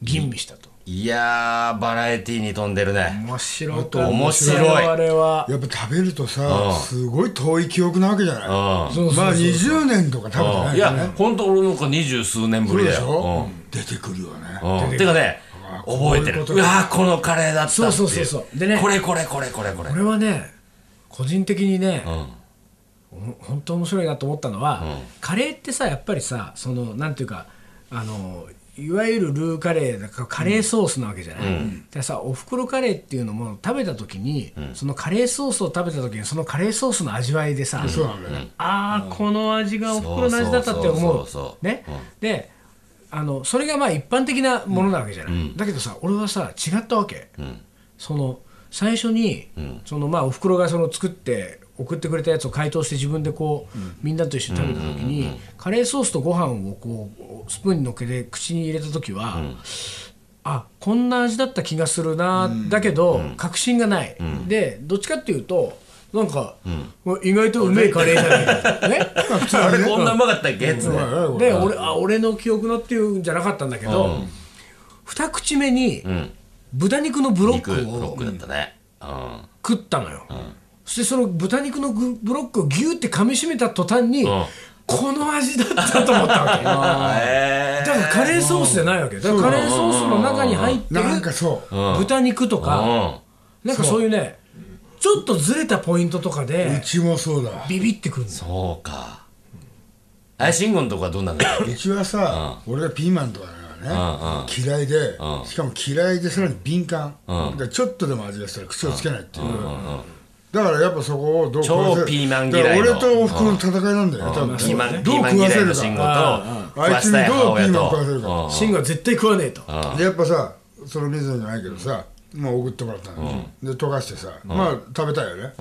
Speaker 1: 吟味したと
Speaker 2: いやーバラエティーに富んでるね
Speaker 1: 面白かった
Speaker 2: 面白い
Speaker 1: あれは
Speaker 3: やっぱ食べるとさすごい遠い記憶なわけじゃない
Speaker 2: うん
Speaker 1: そうそう
Speaker 3: まあ20年とか食べてない
Speaker 2: い
Speaker 3: よね
Speaker 2: や、ほんと俺なんか二十数年ぶ
Speaker 3: そう
Speaker 2: り
Speaker 3: で
Speaker 2: だ
Speaker 3: しょ
Speaker 2: よ。
Speaker 3: 出てくるよね
Speaker 2: うんうんてかね、覚えて
Speaker 3: こうい
Speaker 2: る。
Speaker 3: うこと
Speaker 2: うわーこのカレーだったってい
Speaker 1: そうそうそうそうでね
Speaker 2: これこれこれこれこれ。
Speaker 1: これはね個人的にね、お本当面白いなと思ったのは、カレーってさやっぱりさそのなんていうかあのいわゆるルーカレーだからカレーソースなわけじゃない、でさおふくろカレーっていうのも食べた時に、そのカレーソースを食べた時にそのカレーソースの味わいでさ、
Speaker 3: そうなんだよね
Speaker 1: ああこの味がおふくろの味だったって思
Speaker 2: そううそうそうそう
Speaker 1: ねであのそれがまあ一般的なものなわけじゃない、だけどさ俺はさ違ったわけ、その最初に、そのまあおふくろがその作って送ってくれたやつを解凍して自分でこう、みんなと一緒に食べた時に、カレーソースとご飯をこうスプーンにのっけて口に入れた時は、あこんな味だった気がするな、だけど確信がない、でどっちかっていうとなんか、意外とうめえカレーじゃない か、ね、
Speaker 2: あれこんなうまかったっけっつって
Speaker 3: うん
Speaker 1: で俺あ俺の記憶のっていうんじゃなかったんだけど、二口目に豚肉のブロッ
Speaker 2: 肉
Speaker 1: ク
Speaker 2: ブロ
Speaker 1: を
Speaker 2: ックだったねうん
Speaker 1: 食ったのよ、そしてその豚肉のぐブロックをギューって噛みしめた途端に、
Speaker 2: ん
Speaker 1: この味だったと思ったわけだか
Speaker 2: へえ
Speaker 1: らカレーソースじゃないわけだからカレーソースの中に入ってる
Speaker 3: なんかそう
Speaker 1: 豚肉と
Speaker 2: う
Speaker 1: か、
Speaker 2: ん
Speaker 1: なんかそういうねちょっとずれたポイントとか
Speaker 3: う
Speaker 1: で
Speaker 3: ちもそうだ
Speaker 1: ビビってくるんですよ
Speaker 2: そうかあれ慎吾のとこはどん なんだっけ
Speaker 3: うちはさ俺がピーマンとかだからね嫌いでしかも嫌いでさらに敏感だからちょっとでも味がしたら口をつけないっていうだからやっぱそこをどう食わせる
Speaker 2: 超ピーマン嫌いの
Speaker 3: だから俺とおふくろの戦いなんだよね多分
Speaker 2: ピーマン
Speaker 3: どう
Speaker 2: ピーマン
Speaker 3: 食わ
Speaker 2: 嫌
Speaker 3: せ
Speaker 2: い
Speaker 3: る
Speaker 2: の慎吾と
Speaker 3: か
Speaker 1: あ
Speaker 2: 食わ
Speaker 3: あい
Speaker 2: せ
Speaker 3: つに
Speaker 2: たい母
Speaker 3: どうピ
Speaker 2: 親
Speaker 3: ーマン
Speaker 2: と
Speaker 3: 食わせるか
Speaker 1: 慎吾は絶対食わねえと
Speaker 3: でやっぱさその水野じゃないけどさまあ送ってもらったの、で溶かしてさ、まあ食べたいよね、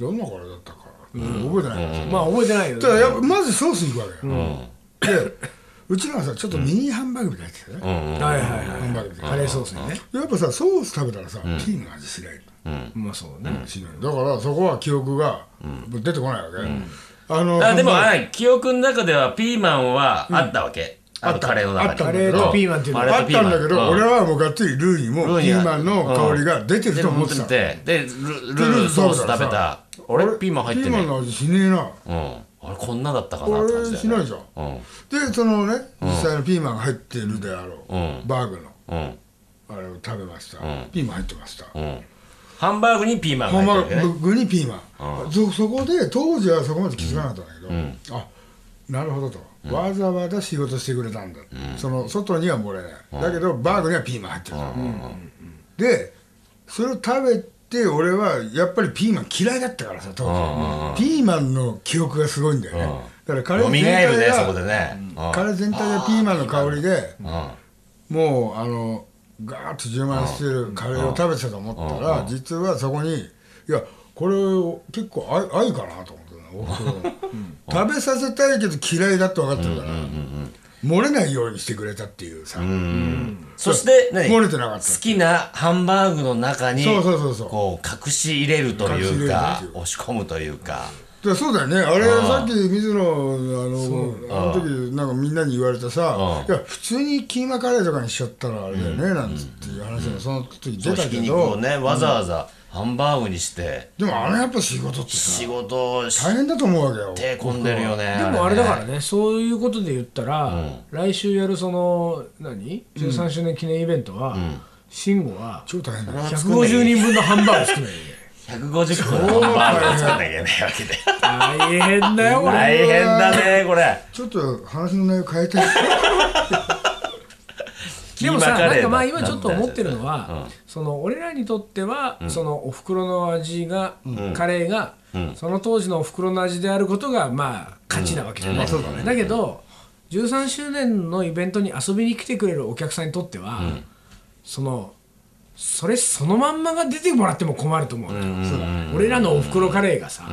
Speaker 3: どんなこれだったか、覚えてないからさ
Speaker 1: まあ覚えてないよ
Speaker 3: ただやっぱまずソースいくわけよ、でうちのはさちょっとミニハンバーグみたいなやつだよね、
Speaker 1: はいはいはい
Speaker 3: ハンバーグみたい
Speaker 1: カレーソースにね
Speaker 3: なやっぱさソース食べたらさ、ピーマンの味しない
Speaker 1: まあそうね
Speaker 3: しないだからそこは記憶が出てこないわけ、あの
Speaker 2: あでも
Speaker 3: ハンバーグ
Speaker 2: あれ記憶の中ではピーマンはあったわけあのカレーの中
Speaker 3: あった
Speaker 1: カ
Speaker 3: んだ
Speaker 2: に
Speaker 1: レ
Speaker 3: け
Speaker 1: ー
Speaker 3: ど
Speaker 1: とピーマンっていうの
Speaker 2: あ
Speaker 1: は
Speaker 2: れ
Speaker 3: あったんだけど、
Speaker 2: うん
Speaker 3: 俺はもうがっつりルーにも
Speaker 2: ルーに
Speaker 3: ピーマンの香りが出てる
Speaker 2: で
Speaker 3: と
Speaker 2: も
Speaker 3: 思
Speaker 2: 思
Speaker 3: っ
Speaker 2: ってて
Speaker 3: た、
Speaker 2: てでルルルーソース食べたあれピーマン入って
Speaker 3: ピーマン
Speaker 2: ね
Speaker 3: の味しねえな
Speaker 2: うんあれこんなだったかなって感じ
Speaker 3: 俺
Speaker 2: だ
Speaker 3: しな
Speaker 2: よ
Speaker 3: い
Speaker 2: ね
Speaker 3: じゃん
Speaker 2: うん
Speaker 3: でそのね実際のピーマンが入ってるであろう、
Speaker 2: うん
Speaker 3: バーグの
Speaker 2: うん
Speaker 3: あれを食べました、
Speaker 2: ん
Speaker 3: ピーマン入ってました、
Speaker 2: うんハンバーグにピーマン
Speaker 3: ハン
Speaker 2: が入
Speaker 3: バ
Speaker 2: ってるわけね
Speaker 3: ーグにピーマン、そそこで当時はそこまで気づかなかったんだけど、あなるほどと、わざわざ仕事してくれたんだ、その外にはもらえない、だけどバーグにはピーマン入ってる、でそれを食べて俺はやっぱりピーマン嫌いだったからさ当時、ピーマンの記憶がすごいんだよね、だから
Speaker 2: 蘇
Speaker 3: カレー
Speaker 2: る
Speaker 3: 全
Speaker 2: ね
Speaker 3: 体
Speaker 2: そこ
Speaker 3: が、
Speaker 2: でねうん
Speaker 3: カレー全体がピーマンの香りで、
Speaker 2: うん
Speaker 3: もうあのガーッと充満してるカレーを食べてたと思ったら実はそこにいやこれを結構あ愛かなと思ってたのおふくろ の食べさせたいけど嫌いだって分かってるから漏れないようにしてくれたっていうさ
Speaker 2: そして何
Speaker 3: 漏れてなかった
Speaker 2: 好きなハンバーグの中に
Speaker 3: そうそうそうそう
Speaker 2: こう隠し入れると
Speaker 3: 隠
Speaker 2: い
Speaker 3: し入れ
Speaker 2: う
Speaker 3: る
Speaker 2: か
Speaker 3: っていう
Speaker 2: 押し込むというか
Speaker 3: でそうだよねあれさっき水野あのあの時なんかみんなに言われたさ
Speaker 2: う
Speaker 3: いや普通にキーマカレーとかにしちゃったらあれだよねなんつっていう話がその時
Speaker 2: そ
Speaker 3: 出
Speaker 2: う
Speaker 3: た
Speaker 2: ひき
Speaker 3: け
Speaker 2: 肉を
Speaker 3: ど
Speaker 2: ねわざわざハンバーグにして
Speaker 3: でもあれやっぱ仕事ってさ
Speaker 2: 仕事をし
Speaker 3: 大変だと思うわけよ
Speaker 2: 手込んでるよね
Speaker 1: でもあれだから
Speaker 2: ね
Speaker 1: ねそういうことで言ったら、来週やるその何13周年記念イベントは、慎吾は
Speaker 3: 超大変だよ
Speaker 1: 150人分のハンバーグ作る
Speaker 2: 150個のハンバーグを作んなきゃいけないわけで
Speaker 1: 大変 だよこれ
Speaker 2: 大変だねこれ
Speaker 3: ちょっと話の内容 変えて
Speaker 1: でもさ
Speaker 2: キーマカレー
Speaker 1: なんかまあ
Speaker 2: だ
Speaker 1: 今ちょっと思ってるのは、その俺らにとっては、そのお袋の味が、カレーが、その当時のお袋の味であることがまあ価値なわけじゃない、だけど13周年のイベントに遊びに来てくれるお客さんにとっては、そのそれそのまんまが出てもらっても困ると思うのよ、そうだ俺らのおふくろカレーがさ、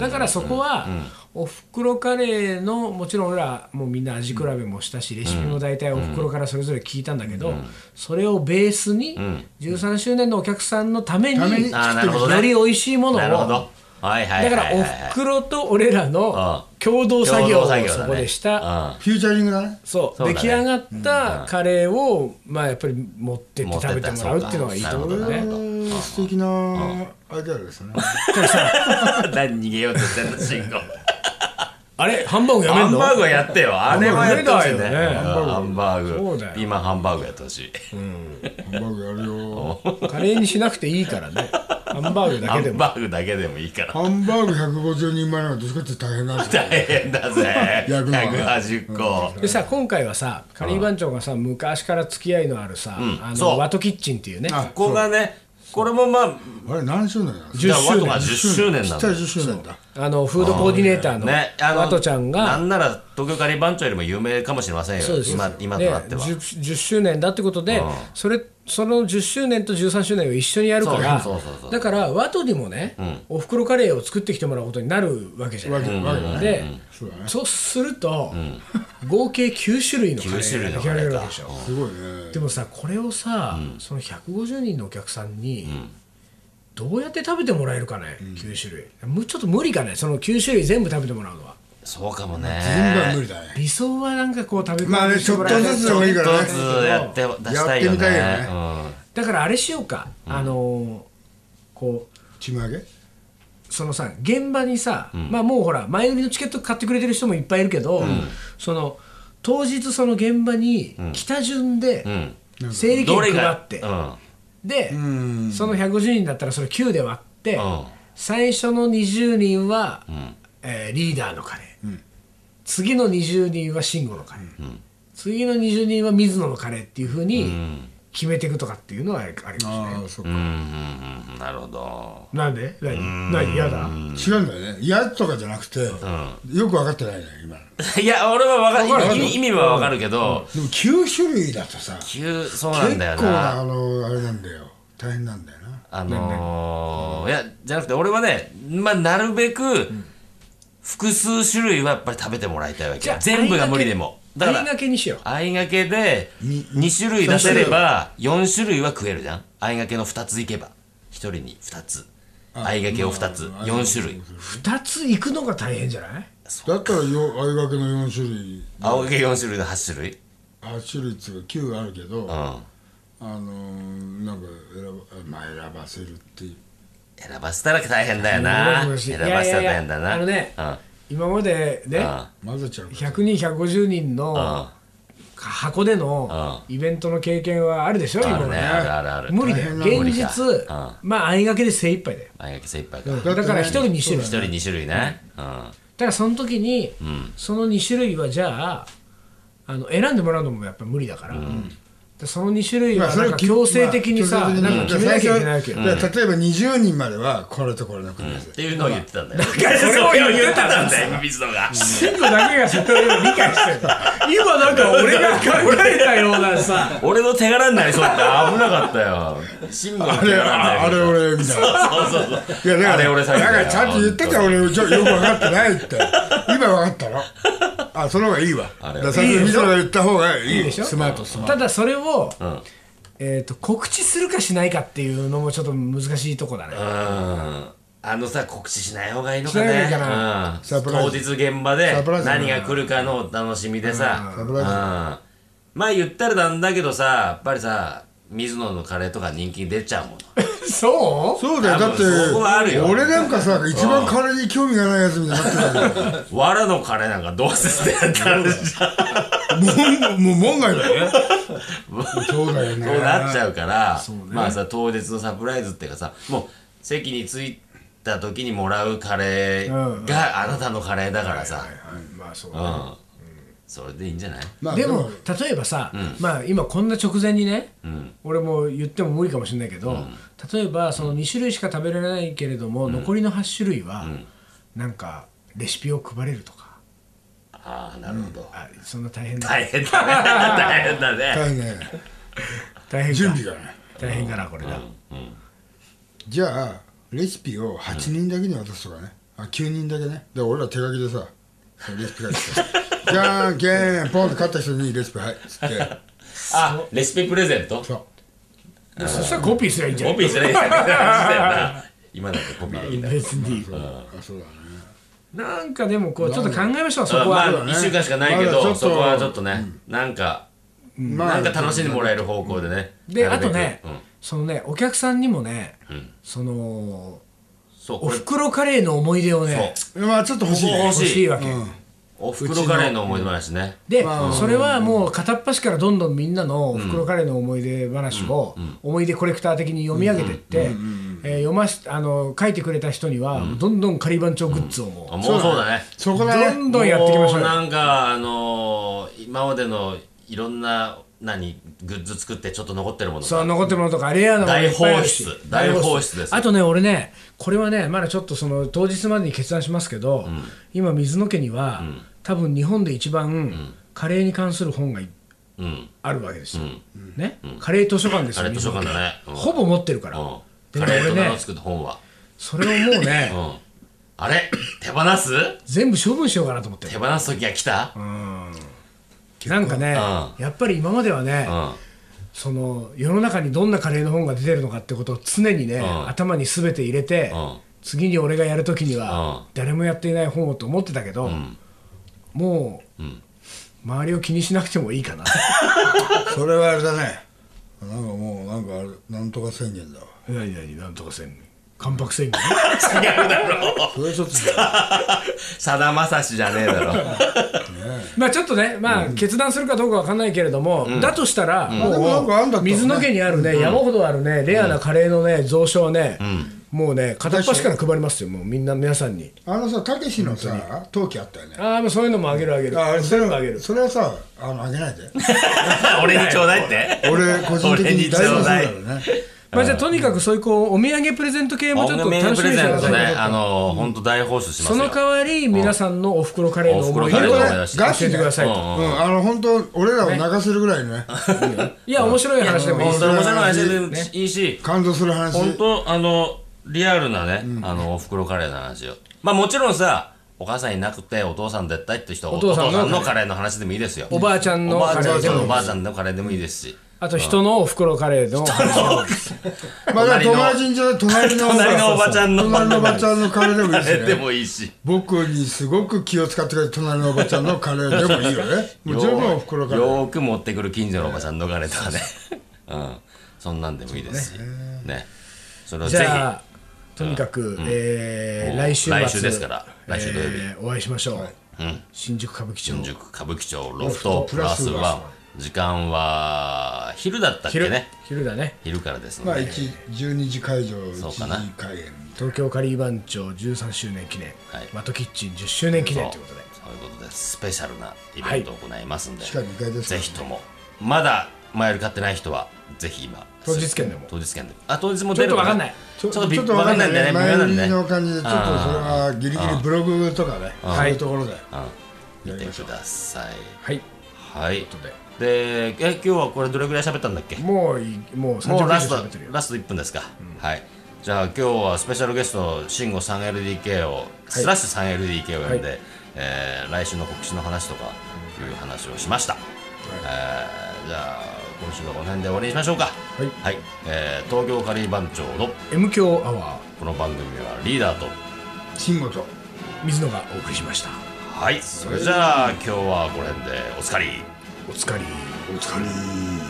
Speaker 1: だからそこは、おふくろカレーのもちろん俺らもうみんな味比べもしたしレシピも大体おふくろからそれぞれ聞いたんだけど、それをベースに、13周年のお客さんのために
Speaker 3: ために
Speaker 2: あーなるほどね
Speaker 1: より美味しいものを
Speaker 2: なるほどはいはい
Speaker 1: だ
Speaker 2: はい
Speaker 1: から
Speaker 2: はい
Speaker 1: お
Speaker 2: はい
Speaker 1: ふくろと俺らの共同作業をそこでした、
Speaker 3: フューチャリングだね
Speaker 1: そう
Speaker 2: そ
Speaker 1: 出
Speaker 2: うだね
Speaker 1: 来上がったカレーを、まあやっぱり持ってって食べてもらうっていうのがいいと思うよ
Speaker 2: な
Speaker 1: ね
Speaker 2: るほど
Speaker 3: えー素敵なアイデアですね
Speaker 2: 何逃げようとしてんの慎吾
Speaker 1: あれハンバーグやめ
Speaker 2: ハ
Speaker 1: ん
Speaker 2: ン
Speaker 1: の
Speaker 2: バーグはやってよあれはやってほしいねハ
Speaker 1: ハ
Speaker 2: ンバーグ
Speaker 1: そうだよ
Speaker 2: 今ハンバーグやってほしい
Speaker 3: ハンバーグやるよ
Speaker 1: カレーにしなくていいから ねハンバーグだ
Speaker 2: ハ
Speaker 1: けで
Speaker 2: ン
Speaker 1: も
Speaker 2: バーグだけでもいいから
Speaker 3: ハンバーグ150人前なんかどっちかって大変なんですよ
Speaker 2: 大変だぜ
Speaker 3: 焼くのは
Speaker 2: 180個
Speaker 1: でさ今回はさカリー番長がさ昔から付き合いのあるさ、あ
Speaker 2: そ
Speaker 1: の
Speaker 2: う
Speaker 1: ワトキッチンっていうね
Speaker 3: あ
Speaker 2: ここがねこれもまあ
Speaker 3: あれ何周年なんです
Speaker 2: じ
Speaker 1: 10
Speaker 2: ゃあワトが10
Speaker 3: か
Speaker 2: 周年
Speaker 3: ち
Speaker 2: な
Speaker 3: っ
Speaker 2: ん
Speaker 3: ち
Speaker 2: だ
Speaker 3: ゃい10周年だ
Speaker 1: あのフードコーディネーターの
Speaker 2: ねあの
Speaker 1: ワトちゃんが
Speaker 2: なんなら東京カリー番長よりも有名かもしれませんよ
Speaker 1: そうです
Speaker 2: 今今と
Speaker 1: で
Speaker 2: なっては
Speaker 1: 10, 10周年だってことで、それその10周年と13周年を一緒にやるから
Speaker 2: そうそうそうそう
Speaker 1: だからワトにもね、おふくろカレーを作ってきてもらうことになるわけじゃな
Speaker 3: わ
Speaker 1: い、
Speaker 3: けわけだね
Speaker 1: で、
Speaker 3: そうだね
Speaker 1: そうすると、合計9種類のカレ
Speaker 2: 9種類
Speaker 1: ー
Speaker 2: の
Speaker 1: が
Speaker 2: カレ
Speaker 1: 出来上が
Speaker 2: ー
Speaker 1: る
Speaker 2: か
Speaker 1: わけでしょ、
Speaker 3: すごいね
Speaker 1: でもさこれをさ、その150人のお客さんに、どうやって食べてもらえるかね、9種類むちょっと無理かねその9種類全部食べてもらうのは
Speaker 2: そうかも
Speaker 3: 全部は
Speaker 2: ね
Speaker 3: 無理だね
Speaker 1: 理想はなんかこう食べ比べ
Speaker 3: まあね
Speaker 1: してもらえたら
Speaker 3: ちょっとずつでもいいから
Speaker 2: ちょっ
Speaker 3: ね
Speaker 2: とずつやって出したいよね
Speaker 3: やってみたい
Speaker 1: だからあれしようか、あのーこう
Speaker 3: ちまげ
Speaker 1: そのさ現場にさ、まあもうほら前売りのチケット買ってくれてる人もいっぱいいるけど、その当日その現場に来た順で
Speaker 2: ん
Speaker 1: 整
Speaker 2: う
Speaker 1: 理
Speaker 2: んど
Speaker 1: 券配
Speaker 2: れが
Speaker 1: って、
Speaker 2: うん
Speaker 1: で、
Speaker 3: ん
Speaker 1: その150人だったらそれ9で割って、
Speaker 2: うん
Speaker 1: 最初の20人は、えーリーダーのカレー、次の20人は慎吾のカレー、次の20人は水野のカレーっていうふうに決めていくとかっていうのはありありますね、
Speaker 3: ああそうか、
Speaker 2: うんうんうんなるほど
Speaker 1: なんで何何嫌だ
Speaker 3: 違うんだよね嫌とかじゃなくて、よく分かってないね今の
Speaker 2: いや俺はわか
Speaker 3: わかる
Speaker 2: 意味意味はわかるけど
Speaker 3: でも9種類だとさ
Speaker 2: 急そうな
Speaker 3: 結
Speaker 2: んだよ
Speaker 3: 構な
Speaker 2: な
Speaker 3: あのあれなんだよ大変なんだよな
Speaker 2: あのーいやじゃなくて俺はねまあなるべく複数種類はやっぱり食べてもらいたいわけ
Speaker 1: じゃあ
Speaker 2: 全部が無理でもだか
Speaker 1: あい
Speaker 2: ら
Speaker 1: がけにしよう
Speaker 2: あいがけで
Speaker 3: に
Speaker 2: 2種類出せれば4種類は食えるじゃんあいがけの2ついけば1人に2つあいがけを2つ
Speaker 3: まあ
Speaker 2: 4種類
Speaker 1: 2つ行くのが大変じゃない
Speaker 3: だったらよあいがけの4種類
Speaker 2: 青がけ4種類の8種類
Speaker 3: 8種類っていうか9あるけど、
Speaker 2: う
Speaker 3: あ
Speaker 2: ん
Speaker 3: のー、なんか選ば,、まあ、選ばせるっていう
Speaker 2: 選ばせたら大変だよな
Speaker 1: 選ばせ
Speaker 2: 選
Speaker 1: たら
Speaker 2: ば
Speaker 1: 大変
Speaker 2: せたら大変だない
Speaker 1: やいやいやあ
Speaker 2: うん
Speaker 1: 今までね
Speaker 2: うん
Speaker 3: 混ぜちゃうから
Speaker 1: 100人150人
Speaker 2: うん
Speaker 1: の箱でのイベントの経験はあるでしょ今ま
Speaker 2: あるね
Speaker 1: で
Speaker 2: あるあるある
Speaker 1: 無理だよ
Speaker 3: 大
Speaker 2: 変な
Speaker 1: 現実
Speaker 2: 無理か
Speaker 1: まあ相掛けで精一杯だよ
Speaker 2: あいがけ精一杯か
Speaker 3: うん
Speaker 2: 1
Speaker 3: だってね
Speaker 1: だから一人二種類
Speaker 3: そうだね
Speaker 2: 人2種類ねうん
Speaker 1: ただその時にその2種類はじゃああの選んでもらうのもやっぱ無理だからでその2種類
Speaker 3: ま
Speaker 1: は
Speaker 3: あそ
Speaker 1: な
Speaker 3: れ
Speaker 1: ん
Speaker 3: は
Speaker 1: か
Speaker 3: き
Speaker 1: 強制的にさ
Speaker 3: まあ強制的
Speaker 1: なんか決めなきゃいけないわけど
Speaker 3: だから例えば20人まではこれとこれの組み合わせ
Speaker 2: っていうのを言ってたんだよ。
Speaker 1: それを言ってた
Speaker 2: そうたんだよ、水野が。
Speaker 1: 慎吾だけがそれを理解してる今なんか俺が考えたようなさ
Speaker 2: 俺の手柄になりそうって危なかったよ。慎吾の
Speaker 3: あ
Speaker 2: 手
Speaker 3: れ
Speaker 2: 柄になり
Speaker 3: ああれ
Speaker 2: そう
Speaker 3: 俺みたいな
Speaker 2: そうそうそう。
Speaker 3: いやだから
Speaker 2: あれ俺詐欺だよ
Speaker 3: だからちゃんと言ったじゃん俺ちょよく分かってないって今分かったのあその方がいいわ
Speaker 2: あ
Speaker 3: だ
Speaker 2: れ
Speaker 3: から最初に水野が言った方がいい
Speaker 1: でしょ
Speaker 3: スマートスマー
Speaker 1: ただそれを
Speaker 2: ん
Speaker 1: えーと告知するかしないかっていうのもちょっと難しいとこだね
Speaker 2: うん。あのさ、告知しない方がいいのか
Speaker 1: しない
Speaker 2: ね
Speaker 1: 方がいいかな。
Speaker 2: うん
Speaker 3: サプライ
Speaker 2: 当日
Speaker 3: ズ
Speaker 2: 現場で
Speaker 3: サプライズだな
Speaker 2: 何が来るかのお楽しみでさ。
Speaker 3: うん
Speaker 2: う
Speaker 3: サプ
Speaker 2: ん
Speaker 3: ライズ
Speaker 2: まあ言ったらなんだけどさ、やっぱりさ、水野のカレーとか人気出ちゃうもの。
Speaker 1: そう
Speaker 3: トそうだよ
Speaker 2: 多
Speaker 3: だっ
Speaker 2: 分そこはある
Speaker 3: て
Speaker 2: よ
Speaker 3: 俺なんかさ一番カレーに興味がないやつみたいになってたんだよ
Speaker 2: わらのカレーなんかどうせ捨てたんじゃん。
Speaker 3: もうもう門外だよねそうだよね
Speaker 2: そうなっち
Speaker 3: ゃ
Speaker 2: ゃうからまあさ当日のサプライズっていうかさもう席に着いた時にもらうカレーがあなたのカレーだからさ
Speaker 1: まあそう
Speaker 2: う
Speaker 1: ね
Speaker 2: んそれでいいんじゃない
Speaker 3: まあ
Speaker 1: でも例えばさ、まあ今こんな直前にね、俺も言っても無理かもしれないけど、例えばその2種類しか食べられないけれども、残りの8種類は、なんかレシピを配れるとか
Speaker 2: ああなるほど
Speaker 1: あそんな大変だ、
Speaker 2: 大変だね大変だね
Speaker 3: 大変だよね
Speaker 1: 大変か
Speaker 3: 準備がね
Speaker 1: 大変かなこれだ、
Speaker 3: じゃあレシピを8人だけに渡すとかね、あ9人だけねで俺ら手書きでさそのレシピ書いてさ じゃんけんポンって勝った人にレシピはいっつって
Speaker 2: あレシピプレゼント
Speaker 3: そう
Speaker 1: そしたらコピーすりゃいいんじゃな
Speaker 2: コ
Speaker 1: い
Speaker 2: ピーしてないみたいな話だよな今だってコピーできない
Speaker 1: 別に
Speaker 3: そうあそうだね
Speaker 1: なんかでもこうちょっと考えましょうそこ
Speaker 2: ま
Speaker 1: は、
Speaker 2: あ1週間しかないけ
Speaker 3: まだちょっ
Speaker 2: ど
Speaker 3: と
Speaker 2: そこはちょっとねなんか
Speaker 3: ま
Speaker 2: なんか楽しんでもらえる方向でね
Speaker 1: で
Speaker 2: な
Speaker 1: あ
Speaker 2: るべ
Speaker 1: と
Speaker 2: く
Speaker 1: ね、
Speaker 2: うん
Speaker 1: そのねお客さんにもね、その
Speaker 2: そう
Speaker 1: お
Speaker 2: これ
Speaker 1: ふくろカレーの思い出をね
Speaker 3: まあちょっと欲しいね
Speaker 2: ここ
Speaker 1: 欲しいわけ、
Speaker 3: うん
Speaker 2: おふくろカレーの思い出話ね
Speaker 1: で、
Speaker 3: まあ
Speaker 1: それはもう片っ端からどんどんみんなのおふくろカレーの思い出話を思い出コレクター的に読み上げてって、えー読ましあの書いてくれた人にはどんどん仮番長グッズをも
Speaker 2: あもうそうだね
Speaker 3: そこだ
Speaker 1: ど
Speaker 3: ね
Speaker 1: んどんやっていきましょう
Speaker 2: も
Speaker 1: よ
Speaker 2: なんかあのー今までのいろんな何グッズ作ってちょっと残ってるもの
Speaker 1: そう
Speaker 2: が
Speaker 1: 残ってるものとかレアなものいっぱいあるし
Speaker 2: 大放出大放出です
Speaker 1: あとね俺ねこれはねまだちょっとその当日までに決断しますけど、今水野家には、多分日本で一番、カレーに関する本がい
Speaker 2: うん
Speaker 1: あるわけですよ、ね、カレー図書館です
Speaker 2: カ
Speaker 1: よ
Speaker 2: レー図書館
Speaker 1: 水野
Speaker 2: だね、う
Speaker 1: 家
Speaker 2: ん
Speaker 1: ほぼ持ってるから、
Speaker 2: う
Speaker 1: で
Speaker 2: ん、
Speaker 1: ね
Speaker 2: カレーと名
Speaker 1: 俺
Speaker 2: の
Speaker 1: ね
Speaker 2: 作った本は、
Speaker 1: それをもうね、
Speaker 2: うん、あれ手放す
Speaker 1: 全部処分しようかなと思って
Speaker 2: 手
Speaker 1: る
Speaker 2: 放す時が来た、うん
Speaker 1: なんかね
Speaker 2: う
Speaker 1: やっぱり今まではね、その世の中にどんなカレーの本が出てるのかってことを常にね、
Speaker 2: ん
Speaker 1: 頭に全て入れて、
Speaker 2: うん
Speaker 1: 次に俺がやるときには、
Speaker 2: うん
Speaker 1: 誰もやっていない本をと思ってたけど、もう、周りを気にしなくてもいいかな
Speaker 3: それはあれだねなんかもうなんかあれなんとか宣言だわ
Speaker 1: いやいやいやなんとかせん関白宣言
Speaker 3: それちょっと
Speaker 2: さだまさしじゃねえだろ
Speaker 1: まあちょっとね、まあ、決断するかどうかわかんないけれども、だとしたら、も
Speaker 3: でもなんかあん
Speaker 1: う
Speaker 3: だったらね
Speaker 1: 水の家にあるね、山ほどあるねレアなカレーのね蔵書をね、もうね片っ端から配りますよもうみんな皆さんに
Speaker 3: あのさたけしのさ陶器あったよね
Speaker 1: ああもうそういうのもあげるあげる
Speaker 3: あそ
Speaker 1: 全部あげ
Speaker 3: れ
Speaker 1: る
Speaker 3: それはさあのあげないで
Speaker 2: 俺にちょうだいって
Speaker 3: 俺個人的に大事なそうだ
Speaker 2: 俺
Speaker 3: よ
Speaker 2: に
Speaker 3: ね
Speaker 1: まあじゃあとにかくそういうこうお土産プレゼント系も
Speaker 2: お
Speaker 1: ちょっ
Speaker 2: 土
Speaker 1: と
Speaker 2: 産
Speaker 1: 楽し
Speaker 2: プ
Speaker 1: みにし
Speaker 2: レ
Speaker 1: て
Speaker 2: ゼ
Speaker 1: くだ
Speaker 2: ント
Speaker 1: さい
Speaker 2: ねあの本当大放出しま
Speaker 1: そ
Speaker 2: すよ
Speaker 1: の代わり皆さんのおふくろカレーの思い出を
Speaker 2: おふくろカレーの
Speaker 1: ね
Speaker 2: 思い出
Speaker 1: 教えてくださいと
Speaker 2: う
Speaker 3: うんあの本当俺らを泣かせるぐらいね
Speaker 1: いや面白い話でもいい
Speaker 2: 本
Speaker 1: です
Speaker 2: 当
Speaker 1: よ
Speaker 2: に面白い話でいいし
Speaker 3: 感動する話
Speaker 2: 本当あのリアルなねあのおふくろカレーの話をまあもちろんさお母さんいなくてお父さん絶対って人は
Speaker 1: お
Speaker 2: お
Speaker 1: 父
Speaker 2: 父
Speaker 1: さんの
Speaker 2: さんのカレーの話でもいいですよ
Speaker 1: おばあちゃんの
Speaker 2: おばあ
Speaker 1: カ
Speaker 2: ち
Speaker 1: レ
Speaker 2: ゃ
Speaker 1: ー
Speaker 2: ん
Speaker 1: で
Speaker 2: のお
Speaker 1: も
Speaker 2: ばあちゃんのカレーでもいいですし
Speaker 1: あと人のおふくろカレーの
Speaker 3: まあだから
Speaker 2: 隣の
Speaker 3: 友達んじゃ隣の
Speaker 2: 隣のおばちゃんの
Speaker 3: 隣のおばちゃんのカレーでも
Speaker 2: カ
Speaker 3: いいし
Speaker 2: レーで
Speaker 3: ね
Speaker 2: もいいし
Speaker 3: 僕にすごく気を使ってくれて隣のおばちゃんのカレーでもいいよ ねもう十分おふくろカレー
Speaker 2: よーく持ってくる近所のおばちゃんのカレーとかねうんそんなんでもいいですしねそれを
Speaker 1: じ
Speaker 2: ぜひ
Speaker 1: ゃあとにかく、えー
Speaker 2: もう
Speaker 1: 来週末
Speaker 2: 来週ですから来週土曜日
Speaker 1: えーお会いしましょう、新宿歌舞伎
Speaker 2: 新
Speaker 1: 町
Speaker 2: 宿歌舞伎町ロフトプラスワン時間は昼だったっけ
Speaker 1: 昼,、
Speaker 2: ね
Speaker 1: 昼だね
Speaker 2: 昼からです
Speaker 3: ま
Speaker 2: の
Speaker 3: あ
Speaker 2: で、
Speaker 3: 一12時会場1
Speaker 2: そう
Speaker 3: 時
Speaker 2: かな
Speaker 3: 開演
Speaker 1: 東京カリー番長13周年記念、
Speaker 2: はい
Speaker 1: マトキッチン10周年記念ということで
Speaker 2: そういうことでスペシャルなイベントを行いますんで、
Speaker 3: 地下2階ですか
Speaker 2: ぜ
Speaker 3: ら
Speaker 2: ひともまだ前より買ってない人はぜひ今
Speaker 1: 当日券でも
Speaker 2: 当日券でもあ当日も出る
Speaker 1: ちょっとわかんない
Speaker 2: ちょっ
Speaker 3: ち
Speaker 2: と
Speaker 3: ょ
Speaker 2: び
Speaker 3: ち
Speaker 2: っ
Speaker 3: ょっ
Speaker 2: く
Speaker 3: と
Speaker 2: りわ
Speaker 3: わ
Speaker 2: か
Speaker 3: か
Speaker 2: ん
Speaker 3: ん
Speaker 2: な
Speaker 3: ないい
Speaker 2: んだよね
Speaker 3: ね前
Speaker 2: 微妙なんだよ
Speaker 3: 売りの
Speaker 2: ね
Speaker 3: 感じでちょっとそれはギリギリブログとかねそういうところで
Speaker 2: 見てください
Speaker 1: はい
Speaker 2: はい
Speaker 1: というこ
Speaker 2: でえ今日はこれどれぐらい喋ったんだっけ
Speaker 1: もういもう30
Speaker 2: もう
Speaker 1: 分
Speaker 2: ラ
Speaker 1: 以
Speaker 2: ス
Speaker 1: 上
Speaker 2: ト
Speaker 1: 喋ってるよ、
Speaker 2: ラスト1分ですか、はいじゃあ今日はスペシャルゲスト慎吾 3LDK を、スラッシュ 3LDK を呼んで、えー来週の告知の話とかいう話をしました、えーじゃあ今週はこの辺で終わりにしましょうかはいえー東京カリー番長の
Speaker 1: M 強アワ
Speaker 2: この番組はリーダーと
Speaker 3: 慎吾と
Speaker 1: ー水野がお送りしました
Speaker 2: はいそれじゃあ今日はこの辺でおつかり
Speaker 1: お疲れ
Speaker 3: お疲れ